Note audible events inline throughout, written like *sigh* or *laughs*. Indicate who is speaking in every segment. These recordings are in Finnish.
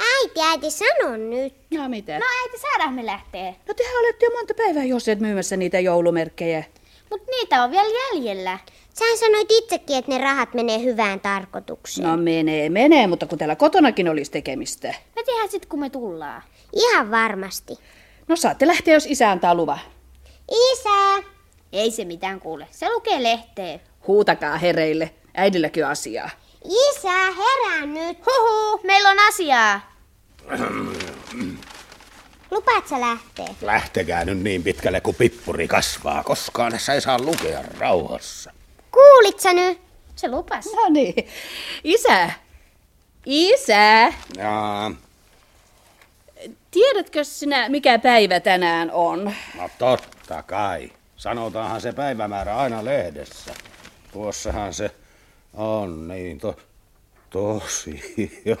Speaker 1: äiti, sano nyt.
Speaker 2: No mitä?
Speaker 3: No äiti, saadaan me lähtee.
Speaker 2: No tehän olette jo monta päivää jossain myymässä niitä joulumerkkejä.
Speaker 3: Mut niitä on vielä jäljellä.
Speaker 1: Sähän sanoit itsekin, että ne rahat menee hyvään tarkoitukseen.
Speaker 2: No menee, menee, mutta kun täällä kotonakin olisi tekemistä.
Speaker 3: Me tehdään sit kun me tullaan.
Speaker 1: Ihan varmasti.
Speaker 2: No saatte lähteä, jos isä antaa luvan.
Speaker 1: Isä!
Speaker 3: Ei se mitään kuule. Se lukee lehteen.
Speaker 2: Huutakaa hereille, äidilläkin on asiaa.
Speaker 1: Isä, herää nyt!
Speaker 3: Huhu, meillä on asiaa.
Speaker 1: Lupaat sä lähtee?
Speaker 4: Lähtekää nyt niin pitkälle, kun pippuri kasvaa. Koskaan tässä ei saa lukea rauhassa.
Speaker 1: Kuulit sä nyt?
Speaker 3: Se lupas.
Speaker 2: No niin. Isä, isä,
Speaker 4: Jaa,
Speaker 2: tiedätkö sinä mikä päivä tänään on?
Speaker 4: no totta kai. Sanotaanhan se päivämäärä aina lehdessä. Tuossahan se on niin to, tosi. *laughs*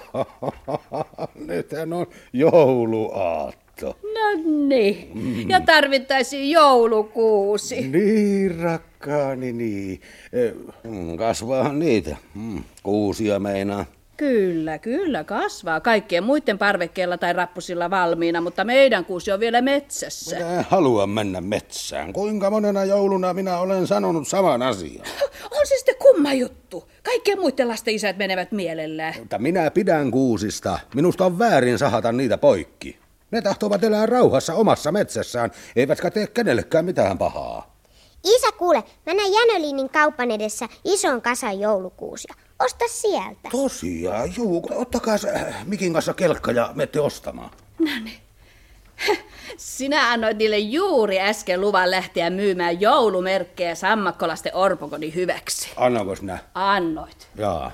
Speaker 4: Nythän on jouluaatto.
Speaker 2: No niin. Ja tarvittaisiin joulukuusi.
Speaker 4: Niin, rakkaani, niin. Eh, mm, Kasvaahan niitä. Mm, Kuusia meinaa.
Speaker 2: Kyllä, kyllä, kasvaa. Kaikkien muiden parvekkeilla tai rappusilla valmiina, mutta meidän kuusi on vielä metsässä.
Speaker 4: Minä en halua mennä metsään. Kuinka monena jouluna minä olen sanonut saman asian?
Speaker 2: On se sitten kumma juttu. Kaikkien muiden lasten isät menevät mielellään.
Speaker 4: Mutta minä pidän kuusista. Minusta on väärin sahata niitä poikki. Ne tahtovat elää rauhassa omassa metsässään, eivätkä tee kenellekään mitään pahaa.
Speaker 1: Isä, kuule, mä näin Jänöliinin kaupan edessä ison kasan joulukuusia. Osta sieltä.
Speaker 4: Tosiaan, juu. Ottakaa se äh, Mikin kanssa kelkka ja mette ostamaan.
Speaker 2: No niin. Sinä annoit niille juuri äsken luvan lähteä myymään joulumerkkejä sammakkolasten orpokodin hyväksi.
Speaker 4: Annanko sinä?
Speaker 2: Annoit.
Speaker 4: Jaa.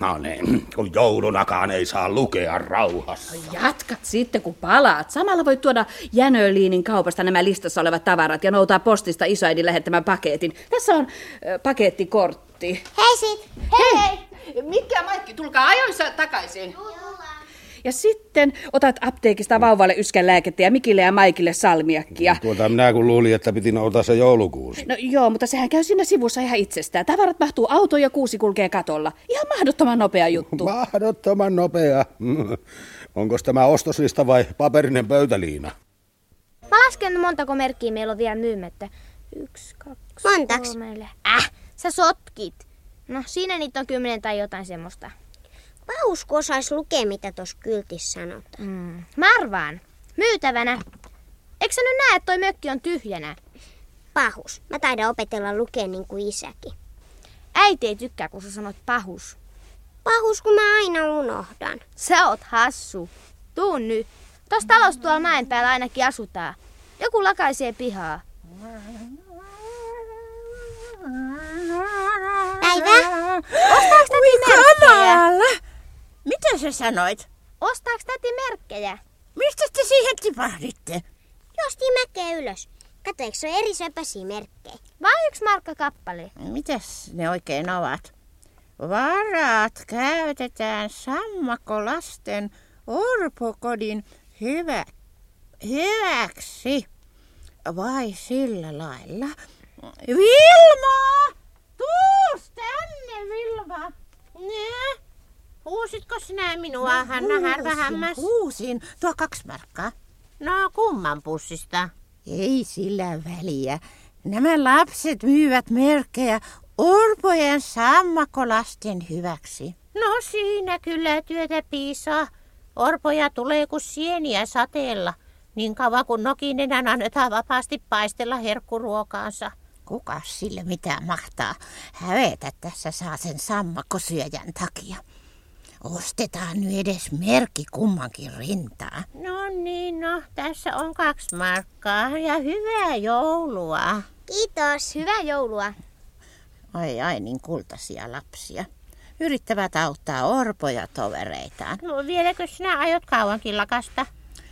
Speaker 4: No niin, kun joulunakaan ei saa lukea rauhassa.
Speaker 2: Jatkat sitten, kun palaat. Samalla voit tuoda Jänöliinin kaupasta nämä listassa olevat tavarat ja noutaa postista isoäidin lähettämän paketin. Tässä on ö, pakettikortti.
Speaker 1: Hei sit!
Speaker 2: Hei! hei. Mikki ja Maikki, tulkaa ajoissa takaisin. Ja sitten otat apteekista vauvalle yskän lääkettä ja Mikille ja Maikille salmiakkia.
Speaker 4: Tuota minä kun luulin, että piti noutaa se joulukuusi.
Speaker 2: No joo, mutta sehän käy siinä sivussa ihan itsestään. Tavarat mahtuu autoon ja kuusi kulkee katolla. Ihan mahdottoman nopea juttu.
Speaker 4: Mahdottoman nopea. *laughs* Onko tämä ostoslista vai paperinen pöytäliina?
Speaker 3: Mä lasken montako merkkiä meillä on vielä myymättä. Yksi, kaksi,
Speaker 1: Montaks?
Speaker 3: kolme, neljä. Äh, sä sotkit. No siinä niitä on kymmenen tai jotain semmoista.
Speaker 1: Pausko osais lukea, mitä tos kyltissä sanotaan.
Speaker 3: Mm. Mä arvaan. Myytävänä. Eikö sä nyt näe, että toi mökki on tyhjänä?
Speaker 1: Pahus. Mä taidan opetella lukea niin kuin isäkin.
Speaker 3: Äiti ei tykkää, kun sä sanot pahus.
Speaker 1: Pahus, kun mä aina unohdan.
Speaker 3: Sä oot hassu. Tuu nyt. Tos talossa tuolla mäen päällä ainakin asutaan. Joku lakaisee pihaa.
Speaker 1: Päivä?
Speaker 3: Ostaaks täti merkkejä?
Speaker 5: Täällä? Mitä sä sanoit?
Speaker 3: Ostaaks täti merkkejä?
Speaker 5: Mistä te siihen tipahditte?
Speaker 1: Juostiin mäkeä ylös. Kato, eikö se ole eri söpösiä merkkejä?
Speaker 3: Vain yksi markka kappale.
Speaker 5: Mitäs ne oikein ovat? Varat käytetään sammakolasten orpokodin hyvä, hyväksi. Vai sillä lailla? Vilma! Tuus tänne, Vilma! Ne? Huusitko sinä minua, Hanna Härvähämmäs? Huusin. Tuo kaksi markkaa. No, kumman pussista? Ei sillä väliä. Nämä lapset myyvät merkkejä orpojen sammakolasten hyväksi. No siinä kyllä työtä piisaa. Orpoja tulee kuin sieniä sateella. Niin kauan kuin nokinenän annetaan vapaasti paistella herkkuruokaansa. Kuka sille mitään mahtaa? Hävetä tässä saa sen sammakosyöjän takia. Ostetaan nyt edes merkki kummankin rintaa. No niin, no tässä on kaksi markkaa ja hyvää joulua.
Speaker 1: Kiitos.
Speaker 3: Hyvää joulua.
Speaker 5: Ai ai niin kultaisia lapsia. Yrittävät auttaa orpoja tovereitaan. No vieläkö sinä aiot kauankin lakasta?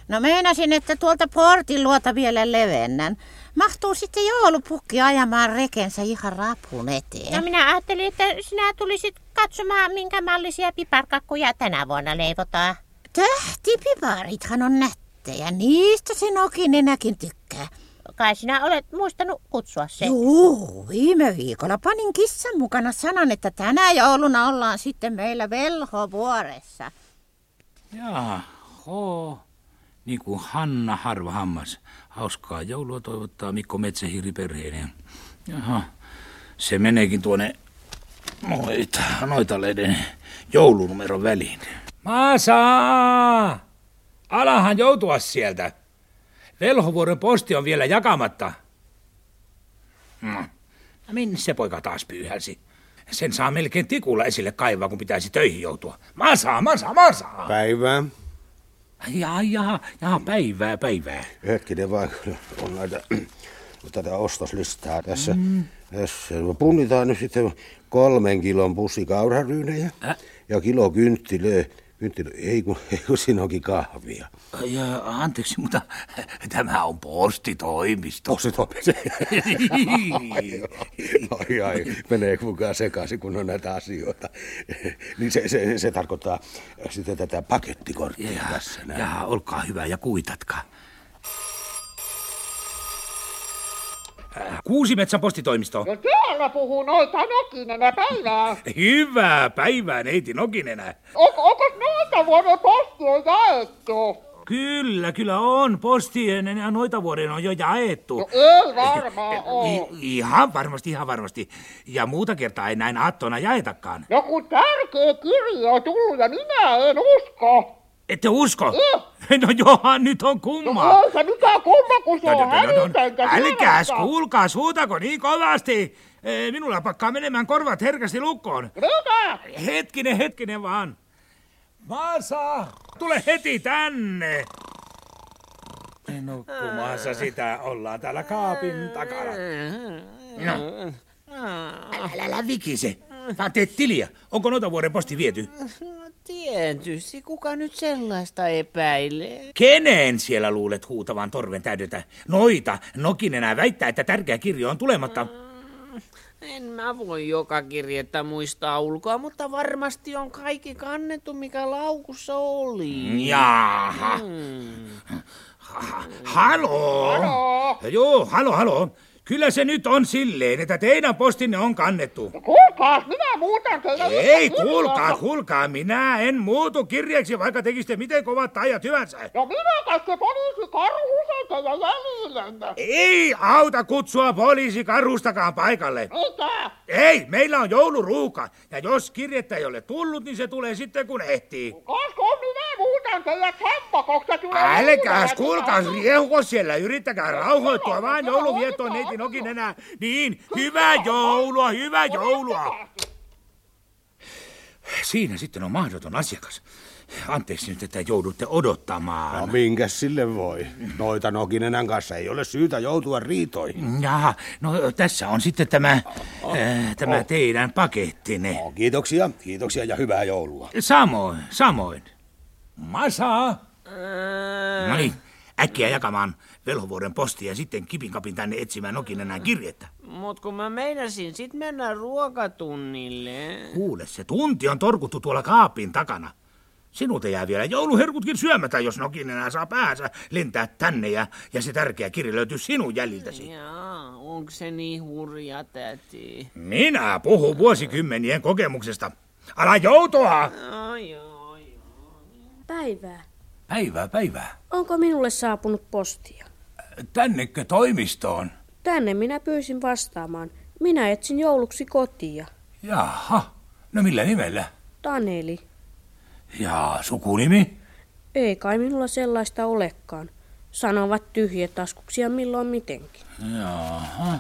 Speaker 5: No meinasin, että tuolta portin luota vielä levennän. Mahtuu sitten joulupukki ajamaan rekensä ihan rapun eteen.
Speaker 6: No minä ajattelin, että sinä tulisit katsomaan, minkä mallisia piparkakkuja tänä vuonna leivotaan.
Speaker 5: Tähtipiparithan on nättejä, niistä se nokinenäkin tykkää.
Speaker 6: Kai sinä olet muistanut kutsua sen.
Speaker 5: Juu, viime viikolla panin kissan mukana sanan, että tänä jouluna ollaan sitten meillä velhovuoressa.
Speaker 7: Jaa,
Speaker 8: Oho. Niin kuin Hanna Harvahammas. Hauskaa joulua toivottaa Mikko Metsähiiri perheineen. Jaha. Se meneekin tuonne noita, noita leden joulunumeron väliin.
Speaker 7: Maasa! Alahan joutua sieltä. Velhovuoren posti on vielä jakamatta. Mm. No Minne se poika taas pyyhälsi? Sen saa melkein tikulla esille kaivaa, kun pitäisi töihin joutua. Maasa, maasa, maasa!
Speaker 4: Päivää.
Speaker 8: Jaha, jaha, jaha, päivää, päivää.
Speaker 4: Hetkinen vaan, kyllä on näitä, *clears throat* tätä ostoslistaa tässä. Mm. tässä. Punnitaan nyt sitten kolmen kilon pussi kauraryynejä
Speaker 8: Äh.
Speaker 4: ja kilo kynttilöä. Kynttilö, ei kun, *laughs* ei kun siinä onkin kahvia.
Speaker 8: Ja, anteeksi, mutta tämä on postitoimisto.
Speaker 4: Tosi
Speaker 7: *laughs*
Speaker 4: topisi. ai ai, menee kukaan sekaisin, kun on näitä asioita. *laughs* niin se, se, se tarkoittaa sitten tätä pakettikorttia
Speaker 8: Ja,
Speaker 4: tässä. näin.
Speaker 8: ja olkaa hyvä ja kuitatkaa.
Speaker 7: Kuusimetsän postitoimisto.
Speaker 9: No täällä puhuu noita nokinen ja päivää.
Speaker 7: Hyvää päivää, neiti Nokinenä.
Speaker 9: On, onko noita vuoden postia jaettu?
Speaker 7: Kyllä, kyllä on. Postien ja noita vuoden on jo jaettu.
Speaker 9: No ei varmaan oo.
Speaker 7: I- ihan varmasti, ihan varmasti. Ja muuta kertaa ei näin aattona jaetakaan.
Speaker 9: No kun tärkeä kirja on tullut ja minä en usko.
Speaker 7: Ette usko?
Speaker 9: Eh.
Speaker 7: No johan, nyt on kumma.
Speaker 9: No ei se mitään kumma, kun se
Speaker 7: No, no,
Speaker 9: on
Speaker 7: no, no, no.
Speaker 9: hävytöntä.
Speaker 7: Älkääs
Speaker 9: sanontaa.
Speaker 7: kuulkaa, suutako niin kovasti. Ee, Minulla pakkaa menemään korvat herkästi lukkoon.
Speaker 9: Mitä?
Speaker 7: Hetkinen, hetkinen vaan. Maasa, tule heti tänne. Niin Nukkumassa no, sitä ollaan täällä kaapin takana. Mm.
Speaker 10: Mm.
Speaker 7: Älä, älä vikise. Vaan teet tiliä. Onko noita vuoden posti viety?
Speaker 10: Tietysti, kuka nyt sellaista epäilee?
Speaker 7: Kenen siellä luulet huutavan torven täydetä? Noita. Nokin enää väittää, että tärkeä kirja on tulematta.
Speaker 10: En mä voi joka kirjettä muistaa ulkoa, mutta varmasti on kaikki kannettu, mikä laukussa oli.
Speaker 7: Jaaha. Ha- Haloo.
Speaker 9: No,
Speaker 7: Halo. Joo, halo, halo. Kyllä se nyt on silleen, että teidän postinne on kannettu.
Speaker 9: Kuulkaas, minä muutan teidän
Speaker 7: Ei,
Speaker 9: itse
Speaker 7: kuulkaa,
Speaker 9: kirjanne.
Speaker 7: kuulkaa, minä en muutu kirjeeksi, vaikka tekisitte miten kovat ajat hyvänsä.
Speaker 9: No minä tässä poliisi karhusen teidän jäljillenne.
Speaker 7: Ei auta kutsua poliisi karustakaan paikalle.
Speaker 9: Mitä?
Speaker 7: Ei, meillä on jouluruuka. Ja jos kirjettä ei ole tullut, niin se tulee sitten kun ehtii.
Speaker 9: Koska minä muutan teidän kampakoksi, se tulee...
Speaker 7: Älkääs,
Speaker 9: uudelleen.
Speaker 7: kuulkaas, riehuko siellä, yrittäkää rauhoittua vaan
Speaker 9: Joo, joo,
Speaker 7: jouluviettoon
Speaker 9: joo,
Speaker 7: neiti
Speaker 9: joo.
Speaker 7: nokin enää. Niin, hyvää joulua, hyvää joulua. Siinä sitten on mahdoton asiakas. Anteeksi nyt, että joudutte
Speaker 4: No
Speaker 7: odottamaan.
Speaker 4: minkä sille voi? Noita Nokinenän kanssa ei ole syytä joutua riitoihin.
Speaker 7: Jaha, no tässä on sitten tämä, äh, tämä teidän pakettine.
Speaker 4: No, Oh. kiitoksia, kiitoksia ja hyvää joulua.
Speaker 7: Samoin, samoin. Masa! No niin, äkkiä jakamaan Velhovuoren postia ja sitten kipinkapin tänne etsimään Nokinenään kirjettä.
Speaker 10: Mut kun mä meinasin sit mennä ruokatunnille.
Speaker 7: Kuule, se tunti on torkuttu tuolla kaapin takana. Sinulta jää vielä jouluherkutkin syömättä, jos nokin enää saa päänsä lentää tänne ja, ja se tärkeä kirja löytyy sinun jäljiltäsi.
Speaker 10: Jaa, onko se niin hurja täti?
Speaker 7: Minä puhun vuosikymmenien kokemuksesta. Ala joutua!
Speaker 10: Ai, ai,
Speaker 2: Päivää.
Speaker 8: Päivää, päivää.
Speaker 11: Onko minulle saapunut postia?
Speaker 8: Tännekö toimistoon?
Speaker 11: Tänne minä pyysin vastaamaan. Minä etsin jouluksi kotia.
Speaker 8: Jaha. No millä nimellä?
Speaker 11: Taneli.
Speaker 8: Ja sukunimi?
Speaker 11: Ei kai minulla sellaista olekaan. Sanovat tyhjätaskuksia milloin mitenkin.
Speaker 8: Jaha.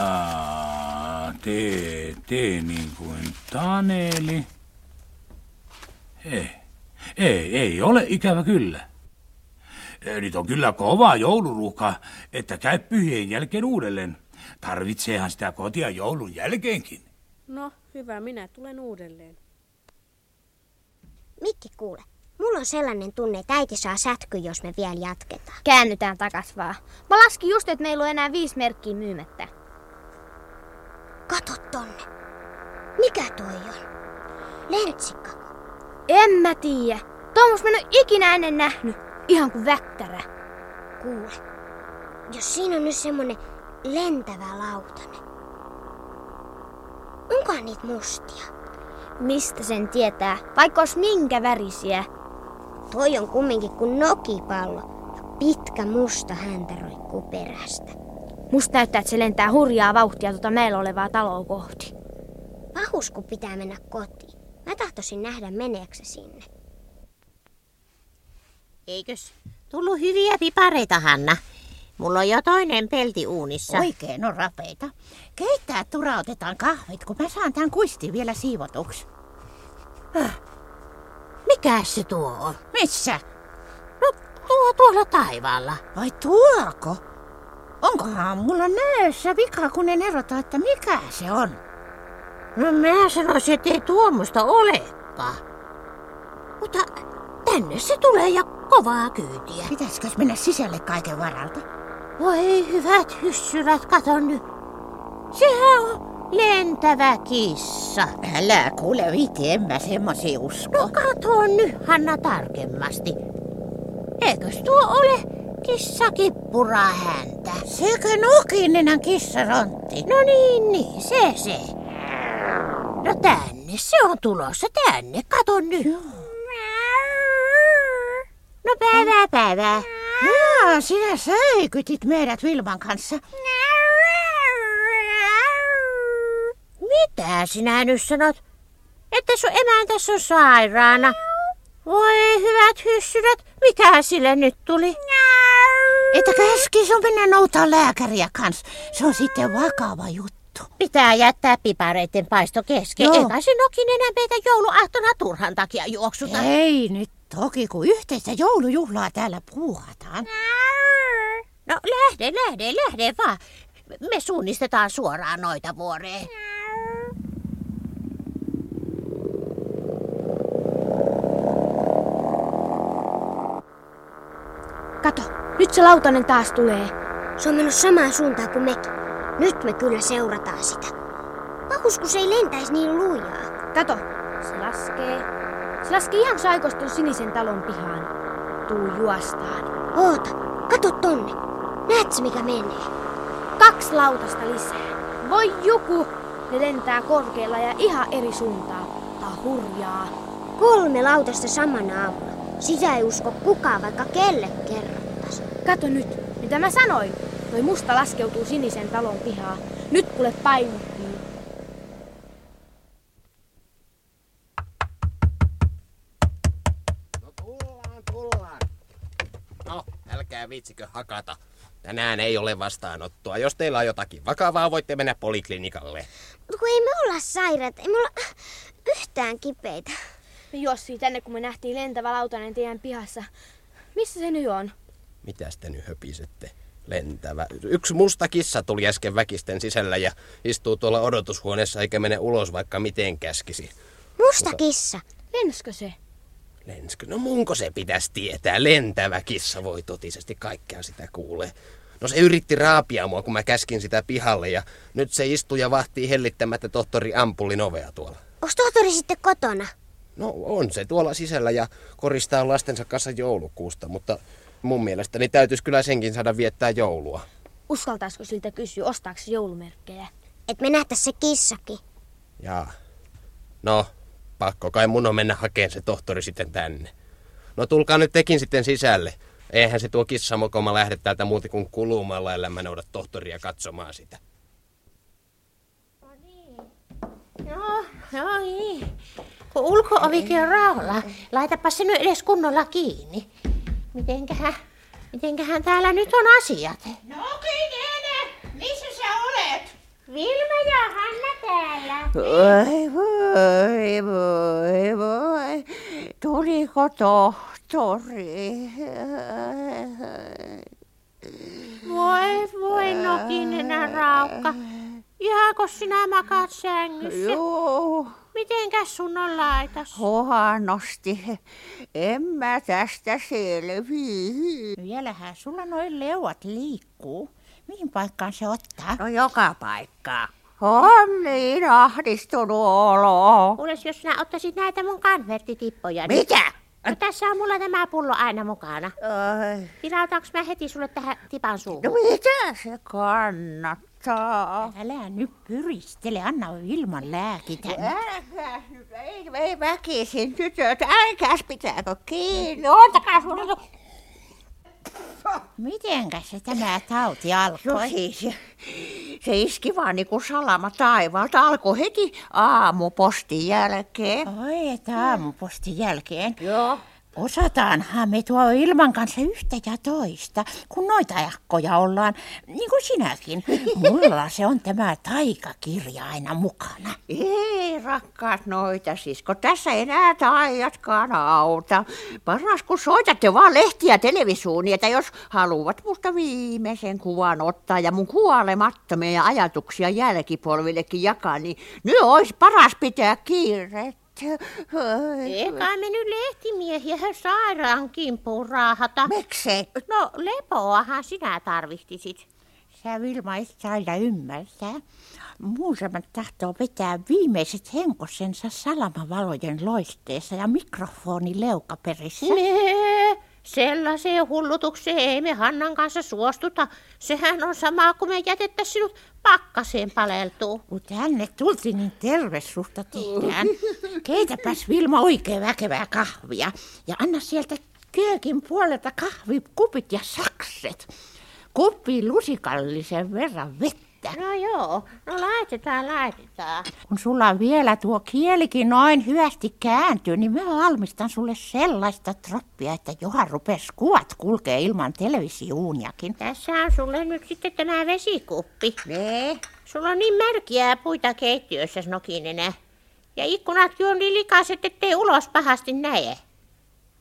Speaker 8: Tää, tee, tee niin kuin Taneli. Ei, ei, Eh, ei ole ikävä kyllä. Ei, Nyt on kyllä kova jouluruuhka, että käy pyhien jälkeen uudelleen. Tarvitseehan sitä kotia joulun jälkeenkin.
Speaker 11: No, hyvä, minä tulen uudelleen.
Speaker 1: Mikki kuule, mulla on sellainen tunne, että äiti saa sätky, jos me vielä jatketaan.
Speaker 3: Käännytään takas vaan. Mä laskin just, että meillä on enää viisi merkkiä myymättä.
Speaker 1: Kato tonne. Mikä toi on? Lentsikka.
Speaker 3: En mä tiedä. Tuommoista mä en oo ikinä ennen nähnyt. Ihan kuin vättärä.
Speaker 1: Kuule, jos siinä on nyt semmonen lentävä lautanen. Onkohan niitä mustia?
Speaker 3: Mistä sen tietää? Vaikka olisi minkä värisiä.
Speaker 1: Toi on kumminkin kuin nokipallo. Ja pitkä musta häntä roikkuu perästä.
Speaker 3: Musta näyttää, että se lentää hurjaa vauhtia tuota meillä olevaa taloa kohti.
Speaker 1: Pahus, kun pitää mennä kotiin. Mä tahtoisin nähdä, meneekö se sinne.
Speaker 11: Eikös?
Speaker 5: Tullut hyviä pipareita, Hanna. Mulla on jo toinen pelti uunissa.
Speaker 11: Oikein on rapeita. Keittää turautetaan kahvit, kun mä saan tämän kuistin vielä siivotuksi. Häh.
Speaker 5: Mikä Äh. se tuo on? No,
Speaker 11: Missä?
Speaker 5: Tuo tuolla taivaalla.
Speaker 11: Vai tuolko? Onkohan mulla näössä vika, kun en erota, että mikä se on?
Speaker 5: No mä sanoisin, että ei tuommoista olekaan. Mutta tänne se tulee ja kovaa kyytiä.
Speaker 11: Pitäisikö mennä sisälle kaiken varalta?
Speaker 5: Voi hyvät hyssylät, kato nyt. Sehän on lentävä kissa.
Speaker 11: Älä kuule viti, en mä semmosia usko.
Speaker 5: No kato nyt, Hanna, tarkemmasti. Eikös tuo ole kissakippuraa häntä?
Speaker 11: Sekö nokinen kissarontti?
Speaker 5: No niin, niin, se se. No tänne, se on tulossa tänne, kato nyt. No päivää, päivää.
Speaker 11: Jaa, sinä säikytit meidät Vilman kanssa.
Speaker 5: Mitä sinä nyt sanot? Että sun emäntäs on sairaana. Voi hyvät hyssyrät, mitä sille nyt tuli?
Speaker 11: Että käski sun mennä noutaa lääkäriä kans. Se on sitten vakava juttu.
Speaker 5: Pitää jättää pipareiden paisto
Speaker 3: E,
Speaker 5: kesken.
Speaker 11: Joo.
Speaker 5: Eikä se nokin enää meitä jouluaattona turhan takia juoksuta.
Speaker 11: Ei nyt toki, kun yhteistä joulujuhlaa täällä puuhataan.
Speaker 5: No lähde, lähde, lähde vaan. Me suunnistetaan suoraan noita vuoreen.
Speaker 3: Kato, nyt se lautanen taas tulee.
Speaker 1: Se on mennyt samaan suuntaan kuin mekin. Nyt me kyllä seurataan sitä. Pahus, kun se ei lentäisi niin lujaa.
Speaker 3: Kato, se laskee. Se laskee ihan saikostun sinisen talon pihaan. Tuu juostaan.
Speaker 1: Oota, kato tonne. Näetkö mikä menee?
Speaker 3: Kaksi lautasta lisää. Voi joku! Ne lentää korkealla ja ihan eri suuntaan. Tää on hurjaa.
Speaker 1: Kolme lautasta samana aamuna. Sitä ei usko kukaan, vaikka kelle kerrottaisi.
Speaker 3: Kato nyt, mitä mä sanoin. Toi musta laskeutuu sinisen talon pihaan. Nyt kuule painuttiin.
Speaker 12: No tullaan, tullaan. No, älkää viitsikö hakata. Tänään ei ole vastaanottoa. Jos teillä on jotakin vakavaa, voitte mennä poliklinikalle.
Speaker 1: Mutta No kun ei me olla sairaat, ei me olla yhtään kipeitä.
Speaker 3: Me juossii tänne, kun me nähtiin lentävä lautanen teidän pihassa. Missä se nyt on?
Speaker 12: Mitä te nyt höpisette? Lentävä. Yksi musta kissa tuli äsken väkisten sisällä ja istuu tuolla odotushuoneessa eikä mene ulos vaikka miten käskisi.
Speaker 1: Musta kissa.
Speaker 3: Lenskö se?
Speaker 12: Lenskö? No munko se pitäisi tietää? Lentävä kissa voi totisesti kaikkea sitä kuulee. No se yritti raapia mua, kun mä käskin sitä pihalle ja nyt se istuu ja vahtii hellittämättä tohtori Ampullin ovea tuolla.
Speaker 1: Onko tohtori sitten kotona?
Speaker 12: No on se tuolla sisällä ja koristaa lastensa kanssa joulukuusta, mutta mun mielestäni täytyisi kyllä senkin saada viettää joulua.
Speaker 3: Uskaltaisiko siltä kysyä, ostaako se joulumerkkejä?
Speaker 1: Et me nähtäis se kissakin.
Speaker 12: Jaa. No, pakko kai mun on mennä hakemaan se tohtori sitten tänne. No tulkaa nyt tekin sitten sisälle. Eihän se tuo kissamokoma lähde täältä muuten kuin kulumalla, ellei mä nouda tohtoria katsomaan sitä.
Speaker 5: No, no niin. Kun ulko-ovikin on raolla, laitapa se nyt edes kunnolla kiinni. Mitenköhän, mitenköhän täällä nyt on asiat?
Speaker 10: Nokinen, missä sä olet? Vilma ja Hanna täällä.
Speaker 9: Voi, voi, voi, voi. Tuliko tohtori?
Speaker 5: Voi, voi nokinenä raukka. Jääkö sinä makaat sängyssä?
Speaker 9: Joo.
Speaker 5: Mitenkäs sun on laitas?
Speaker 9: Huonosti. En mä tästä selvii.
Speaker 11: Vielähän sulla noin leuat liikkuu. Mihin paikkaan se ottaa?
Speaker 9: No joka paikkaa. On niin ahdistunut olo.
Speaker 5: Kuules, jos sinä ottaisit näitä mun konverttitippoja. niin-
Speaker 9: Mitä?
Speaker 5: No, tässä on mulla tämä pullo aina mukana.
Speaker 9: Ai.
Speaker 5: Tilautaanko mä heti sulle tähän tipan suuhun?
Speaker 9: No mitä se kannattaa?
Speaker 5: auttaa.
Speaker 13: Älä nyt pyristele, anna ilman lääkitä.
Speaker 5: Älkää nyt, ei, ei väkisin tytöt, älkääs pitääkö kiinni,
Speaker 9: No,
Speaker 5: ottakaa sulla.
Speaker 13: Mitenkä se tämä tauti alkoi?
Speaker 5: No siis, se iski vaan niinku salama taivaalta, alkoi heti aamupostin jälkeen. Mm.
Speaker 13: Oi, että aamupostin jälkeen? Joo. Osataanhan me tuo ilman kanssa yhtä ja toista, kun noita jakkoja ollaan, niin kuin sinäkin. Mulla se on tämä taikakirja aina mukana.
Speaker 5: Ei, rakkaat noita, sisko, tässä enää taijatkaan auta. Paras, kun soitatte vaan lehtiä televisioon, niin että jos haluat musta viimeisen kuvan ottaa ja mun kuolemattomia ajatuksia jälkipolvillekin jakaa, niin nyt olisi paras pitää kiireet.
Speaker 14: Eikä me nyt lehtimiehiä sairaan kimppuun raahata.
Speaker 5: Miksei?
Speaker 14: No lepoahan sinä tarvittisit.
Speaker 13: Sä Vilma et aina ymmärtää. Muutamat tahtoo vetää viimeiset henkosensa salamavalojen loisteessa ja mikrofoni leukaperissä.
Speaker 10: Niin.
Speaker 14: Nee, sellaiseen hullutukseen ei me Hannan kanssa suostuta. Sehän on sama kuin me jätettäisiin sinut pakkaseen paleltuu.
Speaker 13: Kun tänne tultiin, niin tervesusta
Speaker 14: *laughs*
Speaker 13: tehdään. Keitäpäs Vilma oikein väkevää kahvia ja anna sieltä köökin puolelta kahvikupit ja sakset. Kuppi lusikallisen verran vettä.
Speaker 14: No joo, no laitetaan, laitetaan.
Speaker 13: Kun sulla vielä tuo kielikin noin hyvästi kääntyy, niin mä valmistan sulle sellaista troppia, että Johan rupes kuvat kulkee ilman televisiuuniakin.
Speaker 14: Tässä on sulle nyt sitten tämä vesikuppi.
Speaker 13: Nee.
Speaker 14: Sulla on niin märkiä puita keittiössä, Nokinenä. Ja ikkunatkin on niin likaiset, ettei ulos pahasti näe.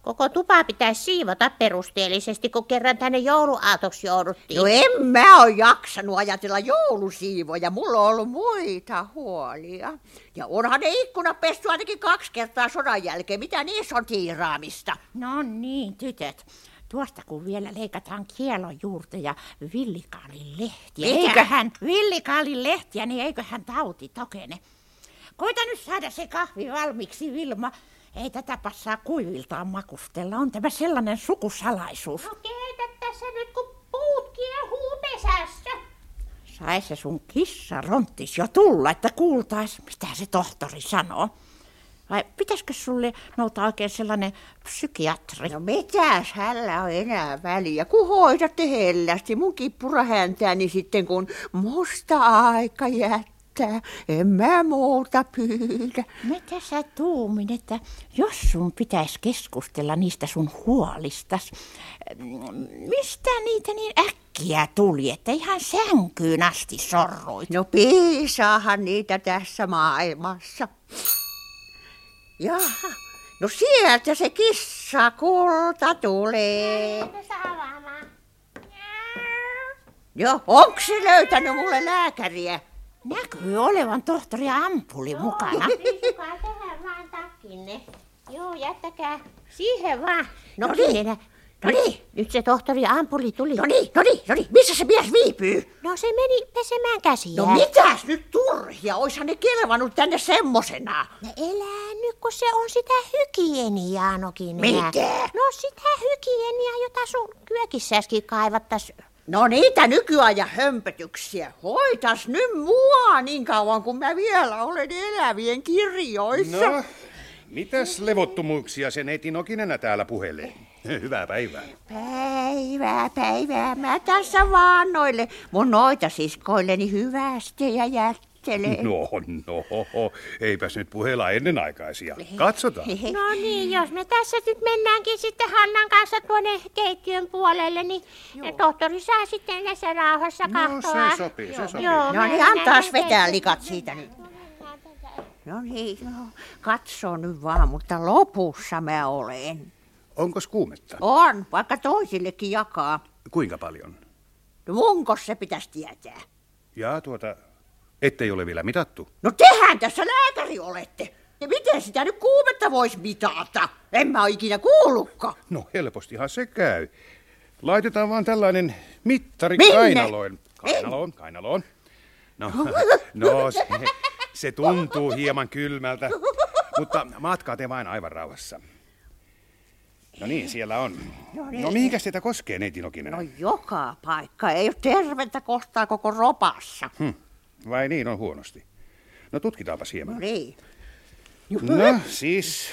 Speaker 14: Koko tupa pitäisi siivota perusteellisesti, kun kerran tänne jouluaatoksi jouduttiin.
Speaker 5: No en mä oo jaksanut ajatella joulusiivoja. Mulla on ollut muita huolia. Ja onhan ne ikkuna pesty ainakin kaksi kertaa sodan jälkeen. Mitä niissä on tiiraamista?
Speaker 13: No niin, tytöt. Tuosta kun vielä leikataan kielon juurta ja villikaalin lehtiä.
Speaker 5: Mitä?
Speaker 13: Eiköhän villikaalin lehtiä, niin eiköhän tauti tokene. Koita nyt saada se kahvi valmiiksi, Vilma. Ei tätä passaa kuiviltaan makustella. On tämä sellainen sukusalaisuus.
Speaker 9: No keitä tässä nyt, kun puut kiehuu pesässä?
Speaker 13: Sai se sun kissa ronttis jo tulla, että kuultais, mitä se tohtori sanoo. Vai pitäisikö sulle nouta oikein sellainen psykiatri?
Speaker 5: No mitäs hällä on enää väliä, kun hoidatte hellästi mun kippurahäntääni sitten, kun musta aika jättää mitään. En mä muuta pyydä.
Speaker 13: Mitä sä tuumin, että jos sun pitäisi keskustella niistä sun huolistas, mistä niitä niin äkkiä tuli, että ihan sänkyyn asti sorruit?
Speaker 5: No piisaahan niitä tässä maailmassa. Jaha, no sieltä se kissa kulta tulee. Joo, onko se löytänyt mulle lääkäriä?
Speaker 13: Näkyy olevan tohtori Ampuli Joo, mukana.
Speaker 14: Pysykää tähän vaan takkinne. Joo, jättäkää siihen vaan.
Speaker 5: No niin.
Speaker 14: No niin. Nyt se tohtori Ampuli tuli.
Speaker 5: No niin, no niin, no niin. Missä se mies viipyy?
Speaker 14: No se meni pesemään käsiä.
Speaker 5: No mitäs nyt turhia? Oishan ne kelvannut tänne semmosena.
Speaker 14: No elää nyt, kun se on sitä hygieniaa, Nokinen.
Speaker 5: Mitä?
Speaker 14: No sitä hygieniaa, jota sun kyökissäskin kaivattais
Speaker 5: No niitä nykyajan hömpötyksiä. Hoitas nyt mua niin kauan, kun mä vielä olen elävien kirjoissa.
Speaker 15: No, mitäs levottomuuksia sen neiti Nokinenä täällä puhelee? Hyvää päivää.
Speaker 5: Päivää, päivää. Mä tässä vaan noille mun noita siskoilleni hyvästä ja jättelen.
Speaker 15: No, no, eipäs nyt puhella ennenaikaisia. Katsotaan.
Speaker 14: No niin, jos me tässä nyt mennäänkin sitten Hannan kanssa tuonne keittiön puolelle, niin Joo. tohtori saa sitten näissä rauhassa
Speaker 15: No,
Speaker 14: katsoa.
Speaker 15: se sopii, se sopii.
Speaker 5: No niin,
Speaker 14: mennään
Speaker 5: antaas
Speaker 14: tänne
Speaker 5: vetää
Speaker 14: keittiöön.
Speaker 5: likat siitä nyt. No niin, no, katso nyt vaan, mutta lopussa mä olen.
Speaker 15: Onko kuumetta?
Speaker 5: On, vaikka toisillekin jakaa.
Speaker 15: Kuinka paljon?
Speaker 5: No munko se pitäisi tietää?
Speaker 15: Jaa, tuota, ettei ole vielä mitattu.
Speaker 5: No tehän tässä lääkäri olette. Ja miten sitä nyt kuumetta voisi mitata? En mä oo ikinä kuullutkaan.
Speaker 15: No helpostihan se käy. Laitetaan vaan tällainen mittari
Speaker 5: Minne?
Speaker 15: kainaloon. Kainaloon, kainaloon.
Speaker 5: *laughs*
Speaker 15: No, no se, se tuntuu hieman kylmältä, mutta matkaa te vain aivan rauhassa. No niin, siellä on.
Speaker 5: No niin.
Speaker 15: No mihinkäs teitä koskee, neiti Nokinen?
Speaker 5: No joka paikka. Ei ole tervettä kohtaa koko ropassa.
Speaker 15: Hm. Vai niin on huonosti? No tutkitaanpas hieman.
Speaker 5: No niin.
Speaker 15: No siis,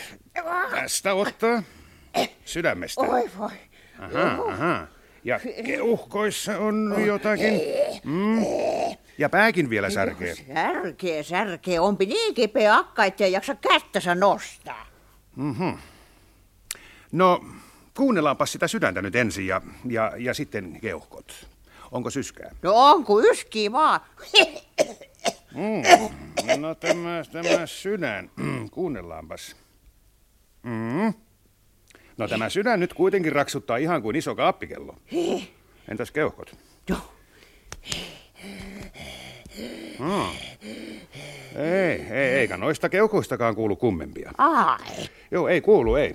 Speaker 15: tästä ottaa sydämestä.
Speaker 5: Oi voi.
Speaker 15: Aha, aha. Ja keuhkoissa on jotakin. Mm. Ja pääkin vielä särkee.
Speaker 5: Särkee, särkee. Onpi niin kipeä akka, ettei jaksa kättänsä nostaa. *laughs*
Speaker 15: Mhm. No, kuunnellaanpas sitä sydäntä nyt ensin ja, ja, ja sitten keuhkot. Onko syskää?
Speaker 5: No onko yskii vaan.
Speaker 15: Mm. No tämä, tämä sydän. *clears throat* Kuunnellaanpas. Mm. No tämä sydän nyt kuitenkin raksuttaa ihan kuin iso kaappikello. Entäs keuhkot?
Speaker 5: No.
Speaker 15: Ah. Ei, ei, eikä noista keuhkoistakaan kuulu kummempia.
Speaker 5: Ai.
Speaker 15: Joo, ei kuulu, ei.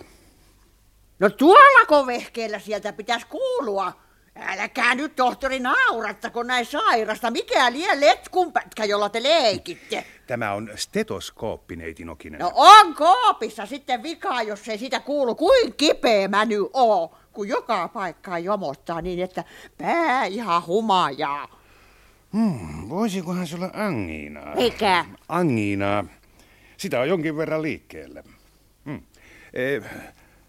Speaker 5: No tuolla kovehkeellä sieltä pitäisi kuulua. Älkää nyt tohtori naurattako näin sairasta. Mikä lie letkunpätkä, jolla te leikitte?
Speaker 15: Tämä on stetoskooppi, neiti Nokinen.
Speaker 5: No on koopissa sitten vikaa, jos ei sitä kuulu, kuin kipeä mä nyt oo, kun joka paikkaa jomottaa niin, että pää ihan humajaa.
Speaker 15: Hmm, voisikohan se olla angiinaa?
Speaker 5: Mikä?
Speaker 15: Angiinaa. Sitä on jonkin verran liikkeellä. Hmm. Eh,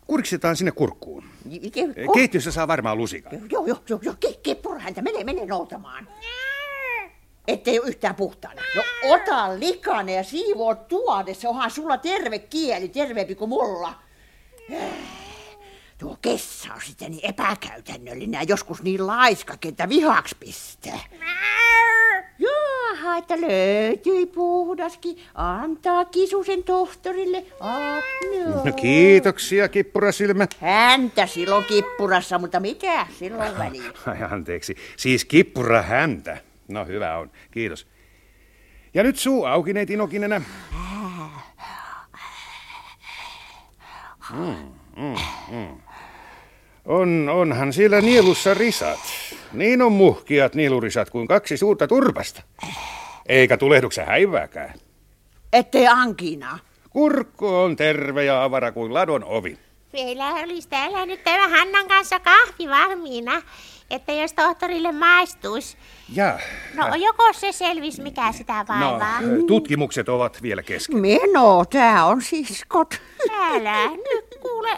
Speaker 15: kurksetaan sinne kurkkuun. Eh,
Speaker 5: Ko-
Speaker 15: Keittiössä saa varmaan lusikan.
Speaker 5: joo, joo, joo, joo, ki- kippura häntä, mene, mene noutamaan. Ettei ole yhtään puhtaana. No ota likane ja siivoo tuonne, se onhan sulla terve kieli, terveempi kuin mulla. Tuo kessa on sitten niin epäkäytännöllinen ja joskus niin laiska, että vihaksi pistää. Jaaha, että löytyi puhdaskin. Antaa kisusen tohtorille. Ah, no.
Speaker 15: No kiitoksia, kippurasilmä.
Speaker 5: Häntä silloin kippurassa, mutta mitä silloin väliä?
Speaker 15: *laughs* Ai anteeksi, siis kippura häntä. No hyvä on, kiitos. Ja nyt suu auki, neiti Nokinenä. Mm, mm, mm. On, onhan siellä nielussa risat. Niin on muhkiat nielurisat kuin kaksi suurta turpasta. Eikä tulehduksen häivääkään.
Speaker 5: Ettei ankinaa.
Speaker 15: Kurkku on terve ja avara kuin ladon ovi.
Speaker 9: Meillä olisi täällä nyt tämä Hannan kanssa kahvi valmiina, että jos tohtorille maistuisi.
Speaker 15: Ja, äh,
Speaker 9: No joko se selvisi, mikä sitä
Speaker 15: no,
Speaker 9: vaivaa.
Speaker 15: tutkimukset ovat vielä kesken.
Speaker 5: Meno, tää on siskot.
Speaker 9: Älä nyt kuule,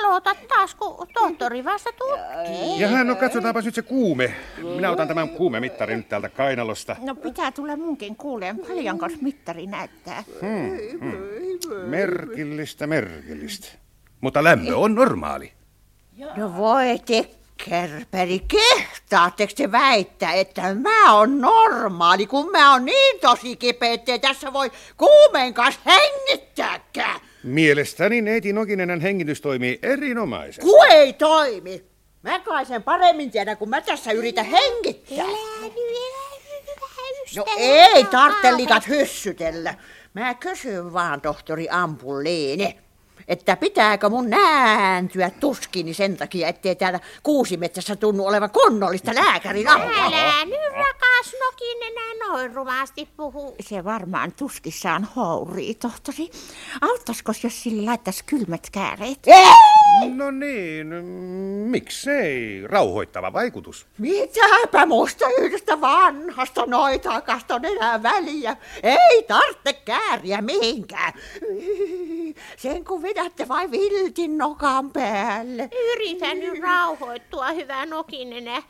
Speaker 9: aloita taas, kun tohtori vasta tutkii.
Speaker 15: Jaha, no katsotaanpas nyt se kuume. Minä otan tämän kuumemittarin nyt täältä kainalosta.
Speaker 13: No pitää tulla munkin kuuleen, paljonko mittari näyttää.
Speaker 15: Hmm, hmm. Merkillistä, merkillistä. Mutta lämpö on normaali.
Speaker 5: No voi te kärpäri, kehtaatteko te väittää, että mä oon normaali, kun mä oon niin tosi kipeä, ettei tässä voi kuumeen kanssa hengittääkään.
Speaker 15: Mielestäni neiti Nokinenän hengitys toimii erinomaisesti.
Speaker 5: Ku ei toimi. Mä kai sen paremmin tiedän, kun mä tässä yritän hengittää. No ei tarvitse likat hyssytellä. Mä kysyn vaan, tohtori Ampuliini, että pitääkö mun nääntyä tuskini sen takia, ettei täällä kuusimetsässä tunnu olevan kunnollista lääkärin apua.
Speaker 9: Älä nyt rakas nokin enää noin rumasti puhu.
Speaker 13: Se varmaan tuskissaan hourii, tohtori. Auttaskos, jos sille laittaisi kylmät kääreet?
Speaker 15: No niin, miksei? Rauhoittava vaikutus.
Speaker 5: Mitäpä musta yhdestä vanhasta noitakasta on enää väliä. Ei tarvitse kääriä mihinkään. Sen kun vedätte vain viltin nokan päälle.
Speaker 9: Yritän nyt rauhoittua, hyvä nokinenä.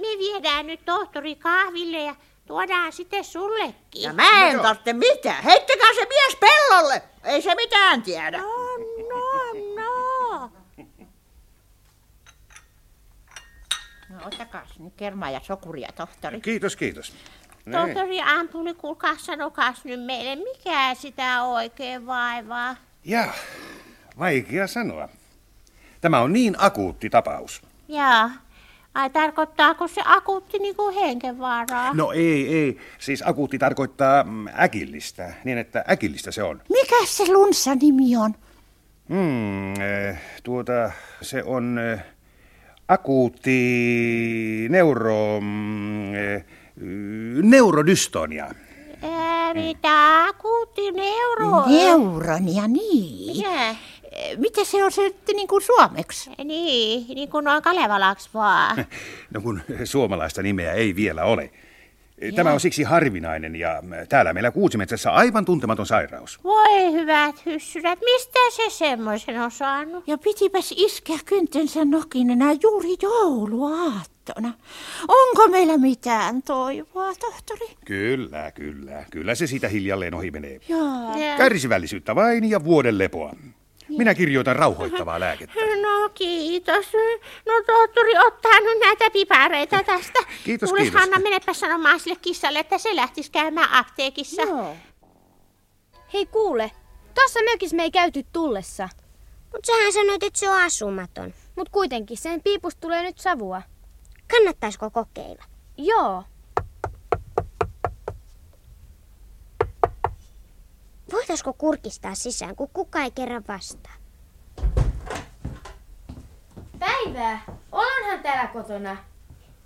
Speaker 9: Me viedään nyt tohtori kahville ja tuodaan sitten sullekin.
Speaker 5: Ja mä
Speaker 9: No
Speaker 5: en tarvitse mitään. Heittäkää se mies pellolle. Ei se mitään tiedä.
Speaker 9: No,
Speaker 13: No otakas nyt kermaa ja sokuria, tohtori.
Speaker 15: Kiitos, kiitos. Niin.
Speaker 9: tohtori Ampuli, kuulkaa sanokas nyt meille, mikä sitä oikein vaivaa.
Speaker 15: Ja, vaikea sanoa. Tämä on niin akuutti tapaus.
Speaker 9: Jaa. Ai tarkoittaako se akuutti niinku
Speaker 5: Ah.
Speaker 9: henkenvaaraa?
Speaker 15: No ei, ei. Siis akuutti tarkoittaa mm, äkillistä, niin että äkillistä se on.
Speaker 13: Mikä se lunssa nimi on?
Speaker 15: Hmm, eh, tuota, se on eh, akuutti neuro... mm, eh, y- neurodystonia. *laughs*
Speaker 9: Ää, mitä akuutti Äh, neuro?
Speaker 13: Neuronia, niin.
Speaker 9: Mitä?
Speaker 13: Mitä se on se että niin kuin suomeksi?
Speaker 9: Niin, niin kuin on kalevalaksi vaan.
Speaker 15: No kun suomalaista nimeä ei vielä ole. Eh, Tämä on siksi harvinainen ja eh, täällä meillä Kuusimetsässä aivan tuntematon sairaus.
Speaker 9: Voi hyvät hyssyrät, mistä se semmoisen on saanut?
Speaker 13: Ja pitipäs iskeä kyntensä nokinenä juuri jouluaattona. Onko meillä mitään toivoa, tohtori?
Speaker 15: Kyllä, kyllä. Kyllä se siitä hiljalleen ohi menee.
Speaker 13: Joo.
Speaker 15: Kärsivällisyyttä vain ja vuoden lepoa. Minä kirjoitan rauhoittavaa lääkettä.
Speaker 9: No kiitos. No tohtori ottaa nyt näitä pipareita tästä.
Speaker 15: Kiitos,
Speaker 9: Kuules,
Speaker 15: kiitos.
Speaker 9: Hanna, menepä sanomaan sille kissalle, että se lähtisi käymään apteekissa. Joo.
Speaker 3: Hei kuule, tuossa mökissä me ei käyty tullessa.
Speaker 1: Mut sähän sanoit, että se on asumaton.
Speaker 3: Mut kuitenkin, sen piipusta tulee nyt savua.
Speaker 1: Kannattaisiko kokeilla?
Speaker 3: Joo.
Speaker 1: Voitaisko kurkistaa sisään, kun kukaan ei kerran vastaa?
Speaker 3: Päivää! Olenhan täällä kotona.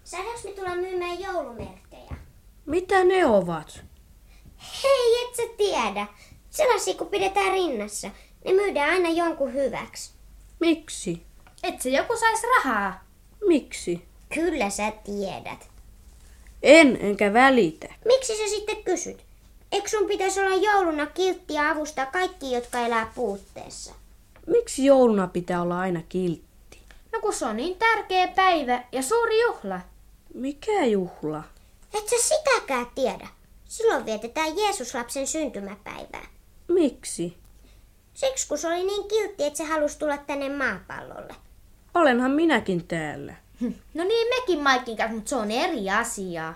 Speaker 1: Saadaanko me tulla myymään joulumerkkejä?
Speaker 11: Mitä ne ovat?
Speaker 1: Hei, et sä tiedä. Sellaisia, kun pidetään rinnassa. Ne myydään aina jonkun hyväksi.
Speaker 11: Miksi?
Speaker 3: Et se joku sais rahaa.
Speaker 11: Miksi?
Speaker 1: Kyllä sä tiedät.
Speaker 11: En, enkä välitä.
Speaker 1: Miksi sä sitten kysyt? Eikö sun pitäisi olla jouluna kiltti ja avustaa kaikki, jotka elää puutteessa?
Speaker 11: Miksi jouluna pitää olla aina kiltti?
Speaker 3: No kun se on niin tärkeä päivä ja suuri juhla.
Speaker 11: Mikä juhla?
Speaker 1: Et sä sitäkään tiedä. Silloin vietetään Jeesuslapsen syntymäpäivää.
Speaker 11: Miksi?
Speaker 1: Siksi kun se oli niin kiltti, että se halusi tulla tänne maapallolle.
Speaker 11: Olenhan minäkin täällä.
Speaker 3: No niin mekin Maikin kanssa, mutta se on eri asia.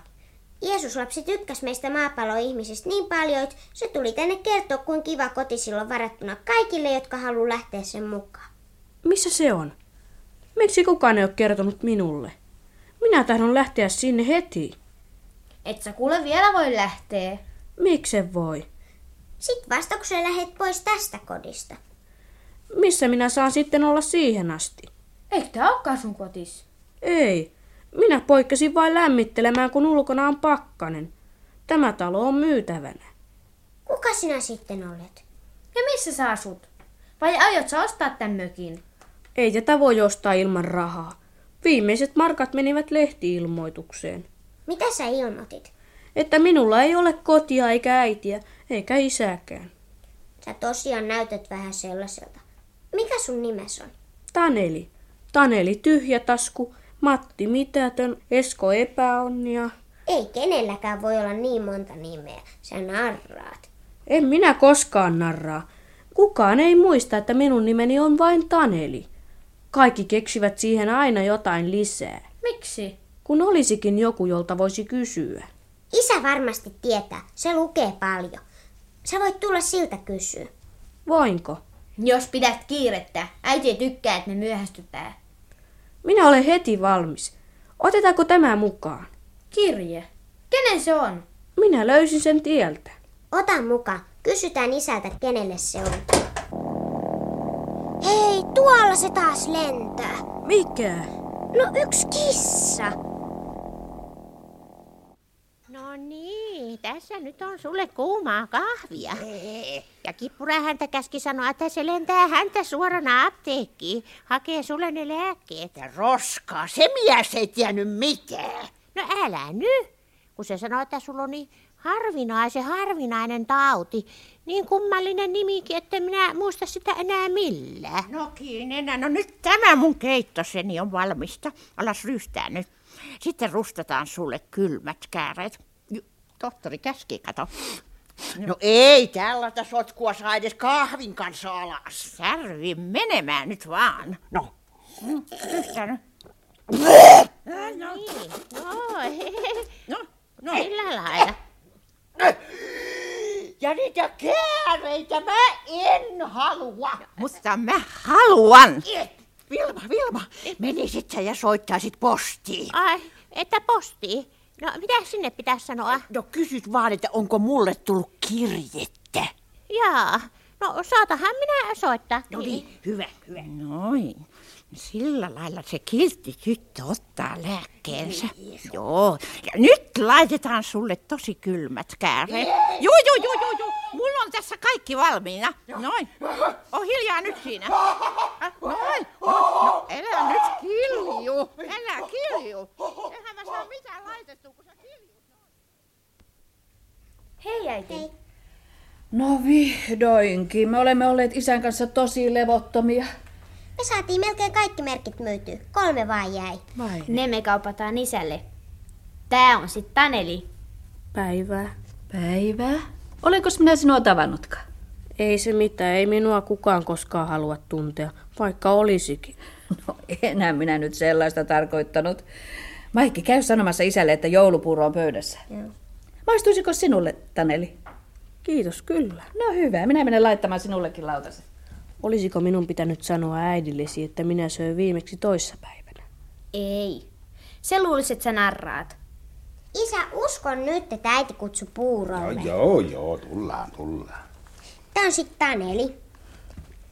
Speaker 1: Jeesuslapsi tykkäsi meistä maapalloihmisistä niin paljon, että se tuli tänne kertoa, kuin kiva koti silloin varattuna kaikille, jotka haluaa lähteä sen mukaan.
Speaker 11: Missä se on? Miksi kukaan ei ole kertonut minulle? Minä tahdon lähteä sinne heti.
Speaker 3: Et sä kuule vielä voi lähteä.
Speaker 11: Miksen voi?
Speaker 1: Sitten vasta kun sä lähet pois tästä kodista.
Speaker 11: Missä minä saan sitten olla siihen asti?
Speaker 3: Eikö tää olekaan sun kotis?
Speaker 11: Ei. Minä poikkesin vain lämmittelemään, kun ulkona on pakkanen. Tämä talo on myytävänä.
Speaker 1: Kuka sinä sitten olet?
Speaker 3: Ja missä sä asut? Vai aiot sä ostaa tän mökin?
Speaker 11: Ei tätä voi ostaa ilman rahaa. Viimeiset markat menivät lehtiilmoitukseen.
Speaker 1: Mitä sä ilmoitit?
Speaker 11: Että minulla ei ole kotia eikä äitiä, eikä isääkään.
Speaker 1: Sä tosiaan näytät vähän sellaiselta. Mikä sun nimes on?
Speaker 11: Taneli. Taneli tyhjätasku, Matti mitätön, Esko epäonnia.
Speaker 1: Ei kenelläkään voi olla niin monta nimeä. Sä narraat.
Speaker 11: En minä koskaan narraa. Kukaan ei muista, että minun nimeni on vain Taneli. Kaikki keksivät siihen aina jotain lisää.
Speaker 3: Miksi?
Speaker 11: Kun olisikin joku, jolta voisi kysyä.
Speaker 1: Isä varmasti tietää. Se lukee paljon. Sä voit tulla siltä kysyä.
Speaker 11: Voinko?
Speaker 3: Jos pidät kiirettä. Äiti ei tykkää, että me myöhästytään.
Speaker 11: Minä olen heti valmis. Otetaanko tämä mukaan?
Speaker 3: Kirje. Kenen se on?
Speaker 11: Minä löysin sen tieltä.
Speaker 1: Ota mukaan. Kysytään isältä, kenelle se on. Hei, tuolla se taas lentää.
Speaker 11: Mikä?
Speaker 1: No yksi kissa.
Speaker 14: No niin, tässä nyt on sulle kuumaa kahvia. Ja kippura häntä käski sanoa, että se lentää häntä suorana apteekkiin. Hakee sulle ne lääkkeet.
Speaker 5: Roskaa, se mies ei tiennyt mitään.
Speaker 14: No älä nyt, kun se sanoo, että sulla on niin harvinaisen harvinainen tauti. Niin kummallinen nimikin, että minä muista sitä enää millään.
Speaker 5: No kiinenä, no nyt tämä mun keittoseni on valmista. Alas ryhtää nyt. Sitten rustataan sulle kylmät kääreet. Ju- Tohtori käski, kato. No ei tällaista sotkua saa edes kahvin kanssa alas. Särvi menemään nyt vaan. No. Ryhtänyt.
Speaker 14: No niin,
Speaker 5: *laughs*
Speaker 14: no,
Speaker 5: no,
Speaker 14: no.
Speaker 5: Eh, lah,
Speaker 14: Sillä lailla.
Speaker 5: Ja niitä kääreitä mä en halua. Mutta mä haluan. Vilma, Vilma, menisit sä ja soittaisit postiin.
Speaker 14: Ai, että posti. No, mitä sinne pitäisi sanoa?
Speaker 5: No kysyt vaan, että onko mulle tullut kirjettä.
Speaker 14: Jaa, no saatahan minä soittaa.
Speaker 5: No niin, hyvä, hyvä. Noin. Sillä lailla se kiltti tyttö ottaa lääkkeensä. Joo, ja nyt laitetaan sulle tosi kylmät kääreet. Joo, joo, joo, joo, joo. Mulla
Speaker 13: on tässä kaikki valmiina. Noin.
Speaker 5: Oh,
Speaker 13: On hiljaa nyt
Speaker 5: *laughs*
Speaker 13: siinä.
Speaker 5: Ah,
Speaker 13: Noin. No, no, älä nyt kilju. Älä kilju. Eihän mä saa mitään laitettua, kun sä kiljut.
Speaker 3: Hei äiti. Hei.
Speaker 2: No vihdoinkin. Me olemme olleet isän kanssa tosi levottomia.
Speaker 1: Me saatiin Niin melkein kaikki merkit myytyä. Kolme vaan jäi.
Speaker 2: Vai
Speaker 3: Ne me kaupataan isälle. Tää on sit Taneli.
Speaker 11: Päivää.
Speaker 2: Päivää? Olenko minä sinua tavannutkaan?
Speaker 11: Ei se mitään, ei minua kukaan koskaan halua tuntea, vaikka olisikin.
Speaker 2: No enää minä nyt sellaista tarkoittanut. Maikki, käy sanomassa isälle, että joulupuuro on pöydässä.
Speaker 1: Joo.
Speaker 2: Maistuisiko sinulle, Taneli?
Speaker 11: Kiitos, kyllä.
Speaker 2: No hyvä, minä menen laittamaan sinullekin lautasen.
Speaker 11: Olisiko minun pitänyt sanoa äidillesi, että minä söin viimeksi toissapäivänä?
Speaker 3: Ei. Se luulisi, että sä narraat.
Speaker 1: Isä, uskon nyt, että äiti kutsui puurolle.
Speaker 4: Joo, joo, tullaan, tullaan.
Speaker 1: Tää on sit Taneli.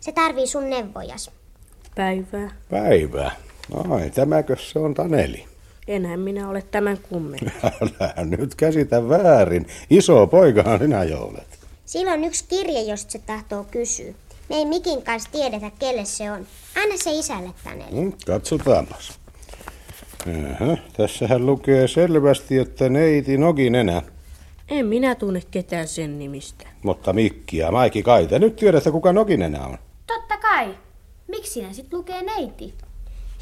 Speaker 1: Se tarvii sun neuvojas.
Speaker 11: Päivää.
Speaker 4: Päivää. Ai, tämäkö se on Taneli?
Speaker 11: Enhän minä ole tämän kummempi.
Speaker 4: Älä nyt käsitä väärin. Iso poikahan sinä jo olet.
Speaker 1: Sillä on yksi kirje, josta se tahtoo kysyä. Me ei Mikin kanssa tiedetä, kelle se on. Anna se isälle Taneli.
Speaker 4: No, katsotaanpas. Ähä, tässähän lukee selvästi, että neiti Nokinenä,
Speaker 11: En minä tunne ketään sen nimistä.
Speaker 4: mutta Mikki ja Maiki kai. Te nyt tiedätte, kuka Nokinenä on.
Speaker 3: Totta kai. Miksi sinä sit lukee neiti?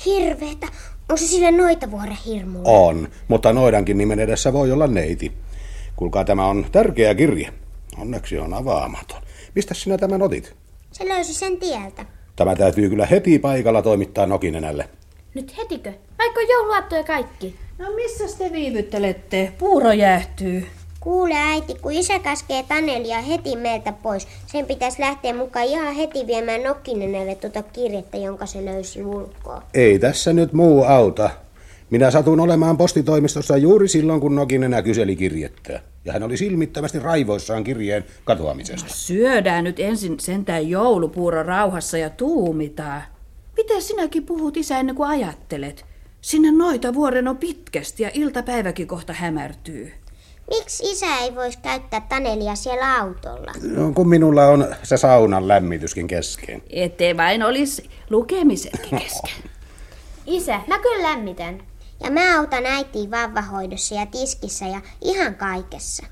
Speaker 1: Hirveetä. On se sille noita vuoren hirmu.
Speaker 4: On, mutta noidankin nimen edessä voi olla neiti. Kuulkaa, tämä on tärkeä kirje. Onneksi on avaamaton. Mistä sinä tämän otit?
Speaker 1: Se löysi sen tieltä.
Speaker 4: Tämä täytyy kyllä heti paikalla toimittaa Nokinenälle.
Speaker 3: Nyt hetikö? Vaikka on jouluaatto ja kaikki.
Speaker 2: No missä te viivyttelette? Puuro jäähtyy.
Speaker 1: Kuule äiti, kun isä käskee Tanelia heti meiltä pois, sen pitäisi lähteä mukaan ihan heti viemään Nokkinenelle tuota kirjettä, jonka se löysi ulkoa.
Speaker 4: Ei tässä nyt muu auta. Minä satun olemaan postitoimistossa juuri silloin, kun Nokinenä kyseli kirjettä. Ja hän oli silmittömästi raivoissaan kirjeen katoamisesta.
Speaker 2: Syödään nyt ensin sentään joulupuuro rauhassa ja tuumitaan. Miten sinäkin puhut isä ennen kuin ajattelet? Sinne noita vuoren on pitkästi ja iltapäiväkin kohta hämärtyy.
Speaker 1: Miksi isä ei voisi käyttää Tanelia siellä autolla?
Speaker 4: No, kun minulla on se saunan lämmityskin kesken.
Speaker 2: Ettei vain olisi lukemisenkin kesken.
Speaker 3: Isä, mä kyllä lämmitän.
Speaker 1: Ja mä autan äitiä vauvahoidossa ja tiskissä ja ihan kaikessa.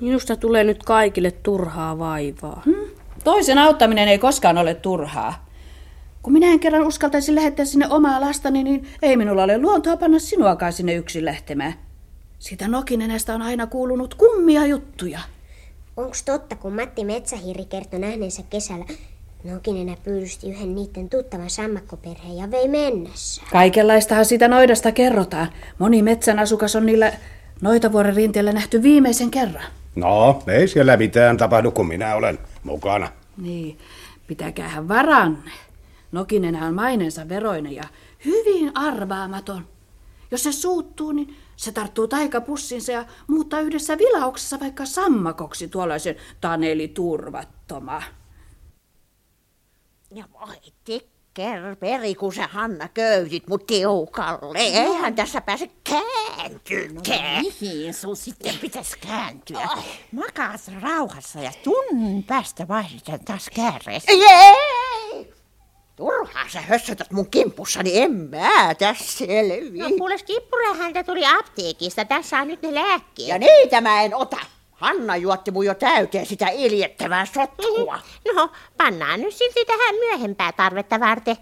Speaker 11: Minusta tulee nyt kaikille turhaa vaivaa.
Speaker 2: Hmm? Toisen auttaminen ei koskaan ole turhaa. Kun minä en kerran uskaltaisi lähettää sinne omaa lastani, niin ei minulla ole luontoa panna sinuakaan sinne yksin lähtemään. Siitä Nokinenästä on aina kuulunut kummia juttuja.
Speaker 1: Onks totta, kun Matti Metsähiiri kertoi nähneensä kesällä, Nokinenä pyydysti yhden niiden tuttavan sammakkoperheen ja vei mennessä.
Speaker 2: Kaikenlaistahan siitä noidasta kerrotaan. Moni metsän asukas on niillä noitavuoren rinteellä nähty viimeisen kerran.
Speaker 4: No, ei siellä mitään tapahdu, kun minä olen mukana.
Speaker 2: Niin, pitäkäähän varanne. Nokinenä on mainensa veroinen ja hyvin arvaamaton. Jos se suuttuu, niin se tarttuu taikapussinsa ja muuttaa yhdessä vilauksessa vaikka sammakoksi tuollaisen Taneli Turvattoma.
Speaker 5: Ja voi tikker, peri, kun sä Hanna köysit mut tiukalle.
Speaker 13: No.
Speaker 5: Eihän tässä pääse
Speaker 9: No.
Speaker 5: kääntymään.
Speaker 13: Mihin sun sitten pitäisi kääntyä? Makaat rauhassa ja tunnin päästä vaihdetaan taas kääreessä.
Speaker 5: Ei, ei! Turhaa sä hössötät mun kimpussani, en mä tässä selviä.
Speaker 9: No kuules, kippura häntä tuli apteekista. Tässä on nyt ne lääkkeet.
Speaker 5: Ja niitä mä en ota. Hanna juotti mun jo täyteen sitä iljettävää sotkua.
Speaker 9: No, pannaan nyt silti tähän myöhempää tarvetta varten.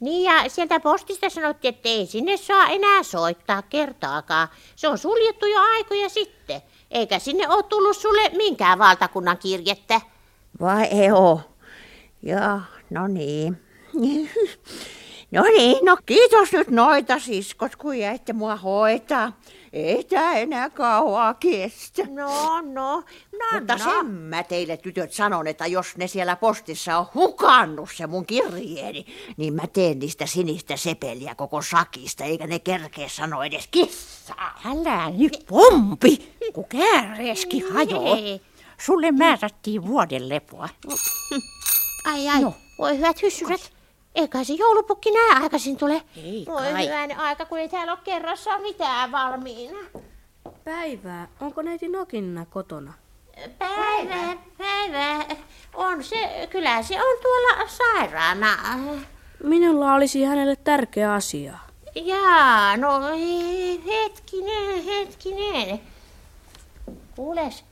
Speaker 9: Niin ja sieltä postista sanottiin, että ei sinne saa enää soittaa kertaakaan. Se on suljettu jo aikoja sitten. Eikä sinne ole tullut sulle minkään valtakunnan kirjettä.
Speaker 5: Vai ei oo? Joo, no niin. No niin, no kiitos nyt noita siskot, kun jäitte mua hoitaa. Ei tää enää kauaa kestä.
Speaker 9: No, no, no,
Speaker 5: Mutta
Speaker 9: no.
Speaker 5: sen mä teille tytöt sanon, että jos ne siellä postissa on hukannut se mun kirjeeni, niin mä teen niistä sinistä sepeliä koko sakista, eikä ne kerkeä sano edes kissaa.
Speaker 13: Älä nyt pompi, kun kääreeski hajoo.
Speaker 5: Niin.
Speaker 13: Sulle määrättiin vuoden lepoa.
Speaker 5: No,
Speaker 9: Ai ai, no. voi hyvät hyssyrät. Eikä se joulupukki näe aikaisin tule. Ei voi
Speaker 13: kai.
Speaker 9: hyvän aika, kun ei täällä ole kerrassa mitään valmiina.
Speaker 11: Päivää. Onko neiti Nokinna kotona?
Speaker 9: Päivä, päivä. On se, kyllä se on tuolla sairaana.
Speaker 11: Minulla olisi hänelle tärkeä asia.
Speaker 9: Jaa, no hetkinen, hetkinen. Kuules,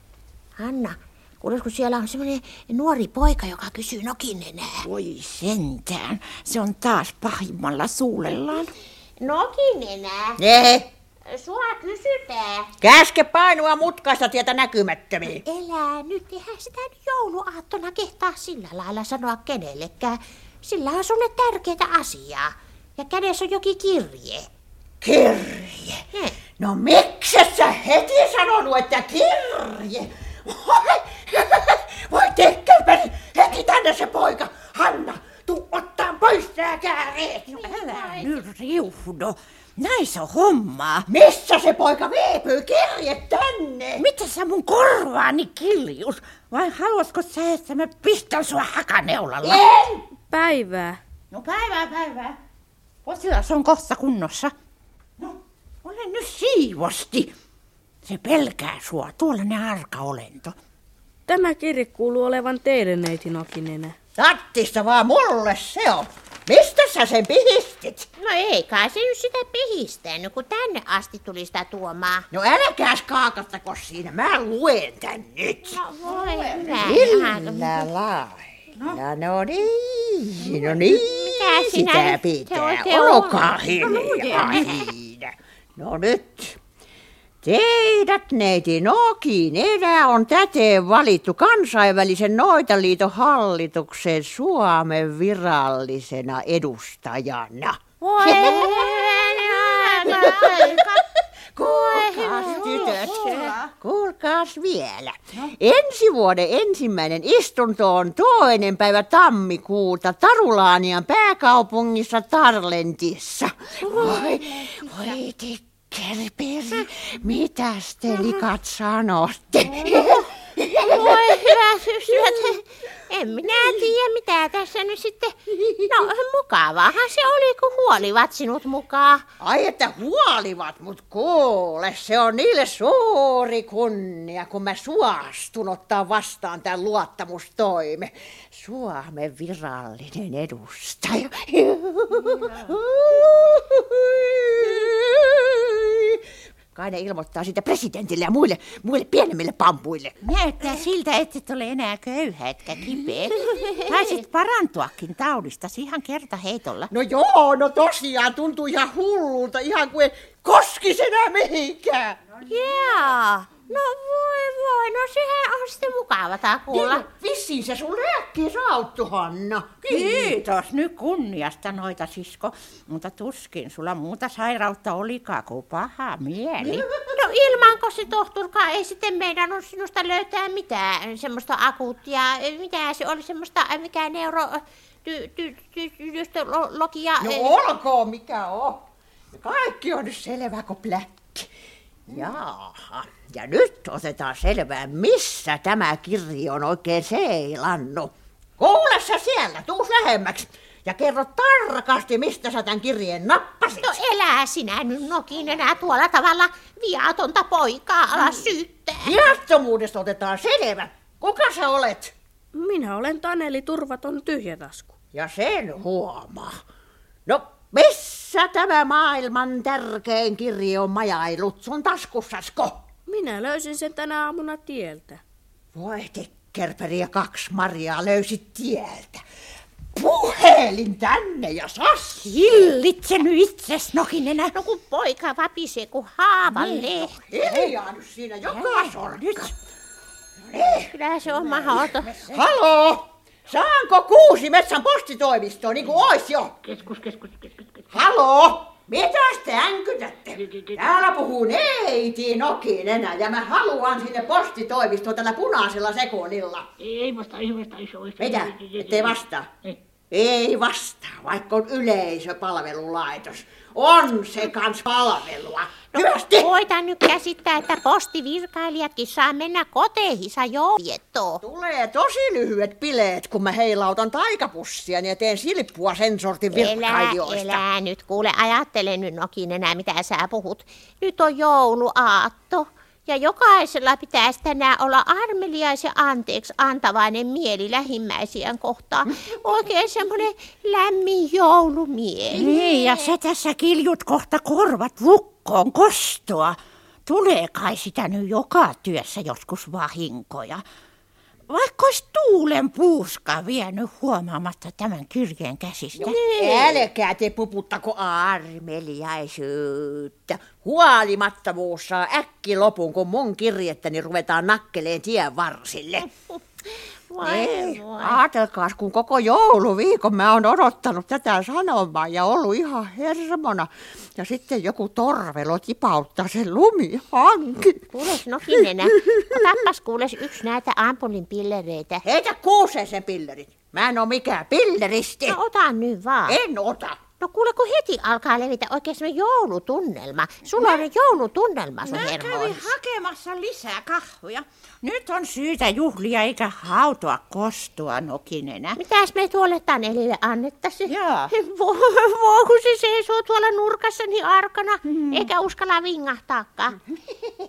Speaker 5: Hanna, kuules kun siellä on semmoinen nuori poika, joka kysyy nokin enää. Voi sentään, se on taas pahimmalla suulellaan.
Speaker 9: nokin enää.
Speaker 5: Ei,
Speaker 9: Sua kysytään.
Speaker 5: käske painua mutkaista tietä näkymättömiin.
Speaker 9: No Elää nyt, eihän sitä nyt jouluaattona kehtaa sillä lailla sanoa kenellekään. Sillä on sulle tärkeitä asiaa. Ja kädessä on jokin kirje.
Speaker 5: Kirje. No miksi sä heti sanonut, että kirje? Voi, *laughs* voi tehkääpä heti tänne se poika. Hanna, tuu ottaa pois nää kääreet. No älä
Speaker 4: Nyt riuhdo. Näissä on hommaa.
Speaker 5: Missä se poika viipyy? Kirje tänne!
Speaker 4: Mitä sä mun korvaani kiljus? Vai haluatko sä, että mä pistän sua hakaneulalla?
Speaker 5: En!
Speaker 11: Päivää.
Speaker 4: No päivää, päivää. Potilas on kohta kunnossa. No, ole nyt siivosti. Se pelkää sua, tuollainen arka olento.
Speaker 11: Tämä kirje kuuluu olevan teille, neiti Nokinenä.
Speaker 5: Tattista vaan mulle se on. Mistä sä sen pihistit?
Speaker 9: No ei kai se nyt sitä pihistänyt, kun tänne asti tuli sitä tuomaan.
Speaker 5: No älkääs kaakattako siinä, mä luen tän nyt.
Speaker 9: No voi hyvä.
Speaker 5: Sillä lailla, no niin, no niin,
Speaker 9: Mitä sinä
Speaker 5: sitä
Speaker 9: nyt te
Speaker 5: pitää.
Speaker 9: oikein No
Speaker 5: Olkaa
Speaker 9: olette?
Speaker 5: hiljaa siinä. No nyt, teidät neiti Nokin edä on täteen valittu kansainvälisen noitaliiton hallitukseen Suomen virallisena edustajana.
Speaker 9: Voi hyvä.
Speaker 5: Kuulkaas tytöt, kuulkaas vielä. Ensi vuoden ensimmäinen istunto on toinen päivä tammikuuta Tarulaanian pääkaupungissa Tarlentissa. Voi, voi tikkerperi, mitäs te likat sanotte?
Speaker 9: Voi hyvät ystävät, en minä tiedä mitä tässä nyt sitten. No mukavaahan se oli, kun huolivat sinut mukaan.
Speaker 5: Ai että huolivat, mut kuule, se on niille suuri kunnia, kun mä suostun ottaa vastaan tämän luottamustoime. Suomen virallinen edustaja. Kai ne ilmoittaa siitä presidentille ja muille, muille pienemmille pampuille.
Speaker 4: Näyttää siltä, että et ole enää köyhä etkä kipeä. Taisit parantuakin taudistasi ihan kerta heitolla.
Speaker 5: No joo, no tosiaan tuntuu ihan hullulta, ihan kuin ei koskisi enää mihinkään.
Speaker 9: Jaa, no voi voi, no sehän on sitten mukavata kuulla.
Speaker 5: Niin, vissiin se sun lääkki sauttu, Hanna.
Speaker 4: Kiitos nyt kunniasta noita sisko, mutta tuskin sulla muuta sairautta olikaan kuin paha
Speaker 5: *laughs*
Speaker 4: mieli.
Speaker 9: No ilmanko se tohturkaa ei sitten meidän on sinusta löytää mitään semmoista akuuttia, mitä se oli semmoista, mikä neuro... Ty, ty, ty, ty, ty, lo, logia,
Speaker 5: No
Speaker 9: eh,
Speaker 5: olkoon mikä on. Kaikki on nyt selvä kuin pläkki. Jaaha. Ja nyt otetaan selvää, missä tämä kirja on oikein seilannut. Kuule sä siellä, tuus lähemmäksi. Ja kerro tarkasti, mistä sä tämän kirjeen nappasit.
Speaker 9: No elää sinä nyt nokin enää tuolla tavalla viatonta poikaa ala syyttää.
Speaker 5: Mm. Viattomuudesta otetaan selvä. Kuka sä olet?
Speaker 11: Minä olen Taneli Turvaton tyhjätasku.
Speaker 5: Ja sen huomaa. No, missä tämä maailman tärkein kirja on majailut sun taskussasko?
Speaker 11: Minä löysin sen tänä aamuna tieltä.
Speaker 5: Voi tikkerperi ja kaksi Mariaa löysi tieltä. Puhelin tänne ja sas!
Speaker 4: Hillitse nyt itses nokinenä.
Speaker 9: No kun poika vapisee kuin haavan
Speaker 5: Niin.
Speaker 9: lehti.
Speaker 5: Hiljaa niin. nyt siinä joka sorkka.
Speaker 9: Kyllä se on mahdoton.
Speaker 5: Halo! Saanko kuusi metsän postitoimistoon, niin kuin ois jo? Keskus, keskus, keskus. Halo! Mitäs te änkytätte? Täällä puhuu neiti Nokinenä ja mä haluan sinne postitoimistoon tällä punaisella sekunnilla.
Speaker 10: Ei vastaa, ei vastaa, ei vastaa.
Speaker 5: Mitä? Ettei vastaa? Ei vastaa, vaikka on yleisöpalvelulaitos. On se kans palvelua.
Speaker 9: No, koitan nyt käsittää, että postivirkailijatkin saa mennä koteihinsa jouluviettoon.
Speaker 5: Tulee tosi lyhyet bileet, kun mä heilautan taikapussia niin ja teen silppua sen sortin virkailijoista.
Speaker 9: Elä, elä nyt, kuule, ajattele nyt nokin enää, mitä sä puhut. Nyt on jouluaatto. Ja jokaisella pitäisi tänään olla armeliais ja anteeksi antavainen mieli lähimmäisiään
Speaker 13: *laughs*
Speaker 9: kohtaan. Oikein semmoinen lämmin joulumieli.
Speaker 13: Niin, ja se tässä kiljut kohta korvat lukkoon kostoa. Tulee kai sitä nyt joka työssä joskus vahinkoja. Vaikka olisi tuulen puuska vienyt huomaamatta tämän kirjeen käsistä.
Speaker 9: niin.
Speaker 5: Älkää te puputtako armeliaisuutta. Huolimattomuus saa äkki lopun, kun mun kirjettäni ruvetaan nakkeleen tien
Speaker 9: Mm.
Speaker 5: varsille. Ei, ajatelkaas, Niin. kun koko jouluviikon mä oon odottanut tätä sanomaa ja ollut ihan hermona. Ja sitten joku torvelo tipauttaa sen lumihanki.
Speaker 9: Kuules no nokinenä, otappas kuules yksi näitä ampulin pillereitä.
Speaker 5: Heitä kuuseeseen pillerit. Mä en oo mikään pilleristi.
Speaker 9: No ota nyt vaan.
Speaker 5: En ota.
Speaker 9: No kuule, kun heti alkaa levitä oikein semmoinen joulutunnelma. Sulla on nyt joulutunnelma sun
Speaker 13: Mä kävin
Speaker 9: hermoissa.
Speaker 13: hakemassa lisää kahvoja. Nyt on syytä juhlia eikä hautoa kostua nokinenä.
Speaker 9: Mitäs me tuolle Tanelille annettaisiin? *laughs*
Speaker 13: Jaa.
Speaker 9: Voi, voi, kun se seisoo tuolla nurkassa niin arkana, mm. eikä
Speaker 13: *laughs*
Speaker 9: uskalla vingahtaakaan.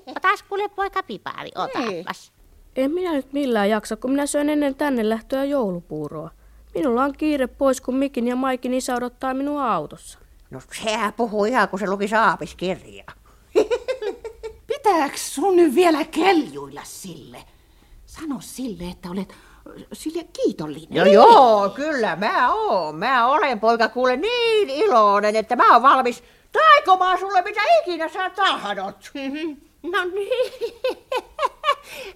Speaker 9: Otas kuule poika pipaari,
Speaker 13: Niin.
Speaker 9: otapas.
Speaker 11: En minä nyt millään jaksa, kun minä söin ennen tänne lähtöä joulupuuroa. Minulla on kiire pois, kun Mikin ja Maikin isä odottaa minua autossa.
Speaker 5: No sehän puhuu ihan, kun se luki saapiskirjaa.
Speaker 16: Pitääks sun nyt vielä keljuilla sille? Sano sille, että olet ö, sille kiitollinen.
Speaker 5: No joo, kyllä mä oon. Mä olen poika kuule niin iloinen, että mä oon valmis taikomaan sulle mitä ikinä sä tahdot.
Speaker 9: No niin.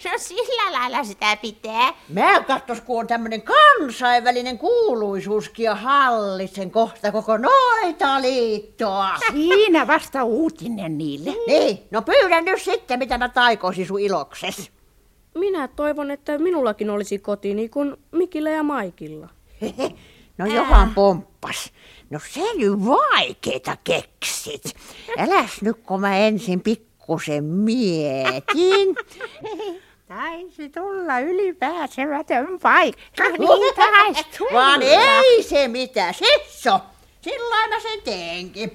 Speaker 9: No sillä lailla sitä pitää.
Speaker 5: Mä katsos, kun on tämmönen kansainvälinen kuuluisuuskin ja hallitsen kohta koko noita liittoa.
Speaker 13: Siinä vasta uutinen niille.
Speaker 5: Niin, no pyydän nyt sitten, mitä mä taikoisin sun ilokses.
Speaker 11: Minä toivon, että minullakin olisi koti niin kuin Mikillä ja
Speaker 5: *laughs*
Speaker 11: Maikilla.
Speaker 5: No johan pomppas. No se nyt vaikeita keksit. Äläs nyt, kun mä ensin pikkusen mietin.
Speaker 13: *laughs* Taisi tulla ylipääsemätön
Speaker 5: *laughs*
Speaker 13: paikka. Niin taisi tulla.
Speaker 5: Vaan ei se mitään, sisso. Sillä lailla mä sen teenkin.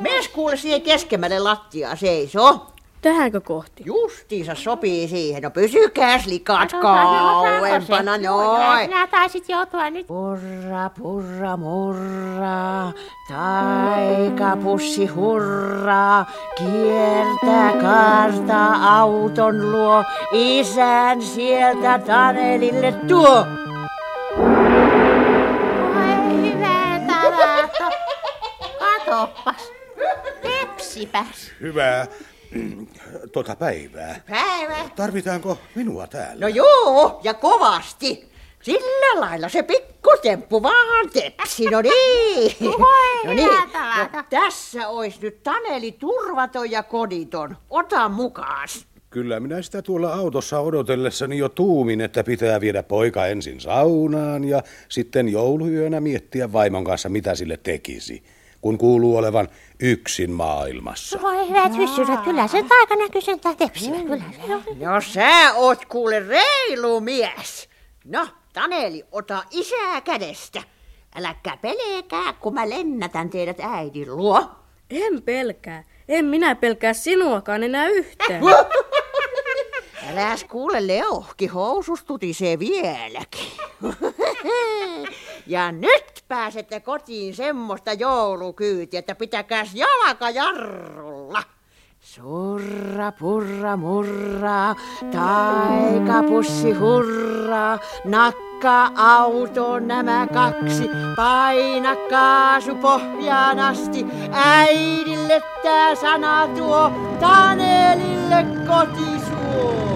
Speaker 5: Mies kuule siihen keskemmälle lattiaa seisoo.
Speaker 11: Tähänkö kohti?
Speaker 5: Justiinsa sopii siihen. No pysykääs likat
Speaker 9: No,
Speaker 5: kauempana noin.
Speaker 9: Sinä taisit joutua nyt.
Speaker 5: Purra, purra, murra, taikapussi hurraa, kiertää kaarta auton luo, isän sieltä Tanelille tuo.
Speaker 9: Voi hyvää tavaata. Katopas. Tepsipäs.
Speaker 4: *clears throat* Hyvää mm, tota päivää.
Speaker 5: Päivä.
Speaker 4: Tarvitaanko minua täällä?
Speaker 5: No joo, ja kovasti. Sillä lailla se pikkutemppu vaan tepsi, no niin.
Speaker 9: Voi
Speaker 5: No niin,
Speaker 9: hyvää tavaata.
Speaker 5: no tässä ois nyt Taneli turvaton ja koditon. Ota mukaas.
Speaker 4: Kyllä minä sitä tuolla autossa odotellessani jo tuumin, että pitää viedä poika ensin saunaan ja sitten jouluyönä miettiä vaimon kanssa, mitä sille tekisi, kun kuuluu olevan yksin maailmassa.
Speaker 9: Voi hyvät hyssyrät, kyllä sen taika näkyy sen tää tepsivä, kyllä se on.
Speaker 5: No sä oot kuule reilu mies. No, Taneli, ota isää kädestä. Äläkä pelkää, kun mä lennätän teidät äidin luo.
Speaker 11: En pelkää. En minä pelkää sinuakaan enää yhtään.
Speaker 5: Äläs kuule, leuhki housus tutisee vieläkin. *laughs* Ja nyt pääsette kotiin semmoista joulukyytiä, että pitäkääs jalka jarrulla. Surra, purra, murra, taikapussi hurra, nakka auto nämä kaksi, paina kaasu pohjaan asti, äidille tää sana tuo, Tanelille kotisuo.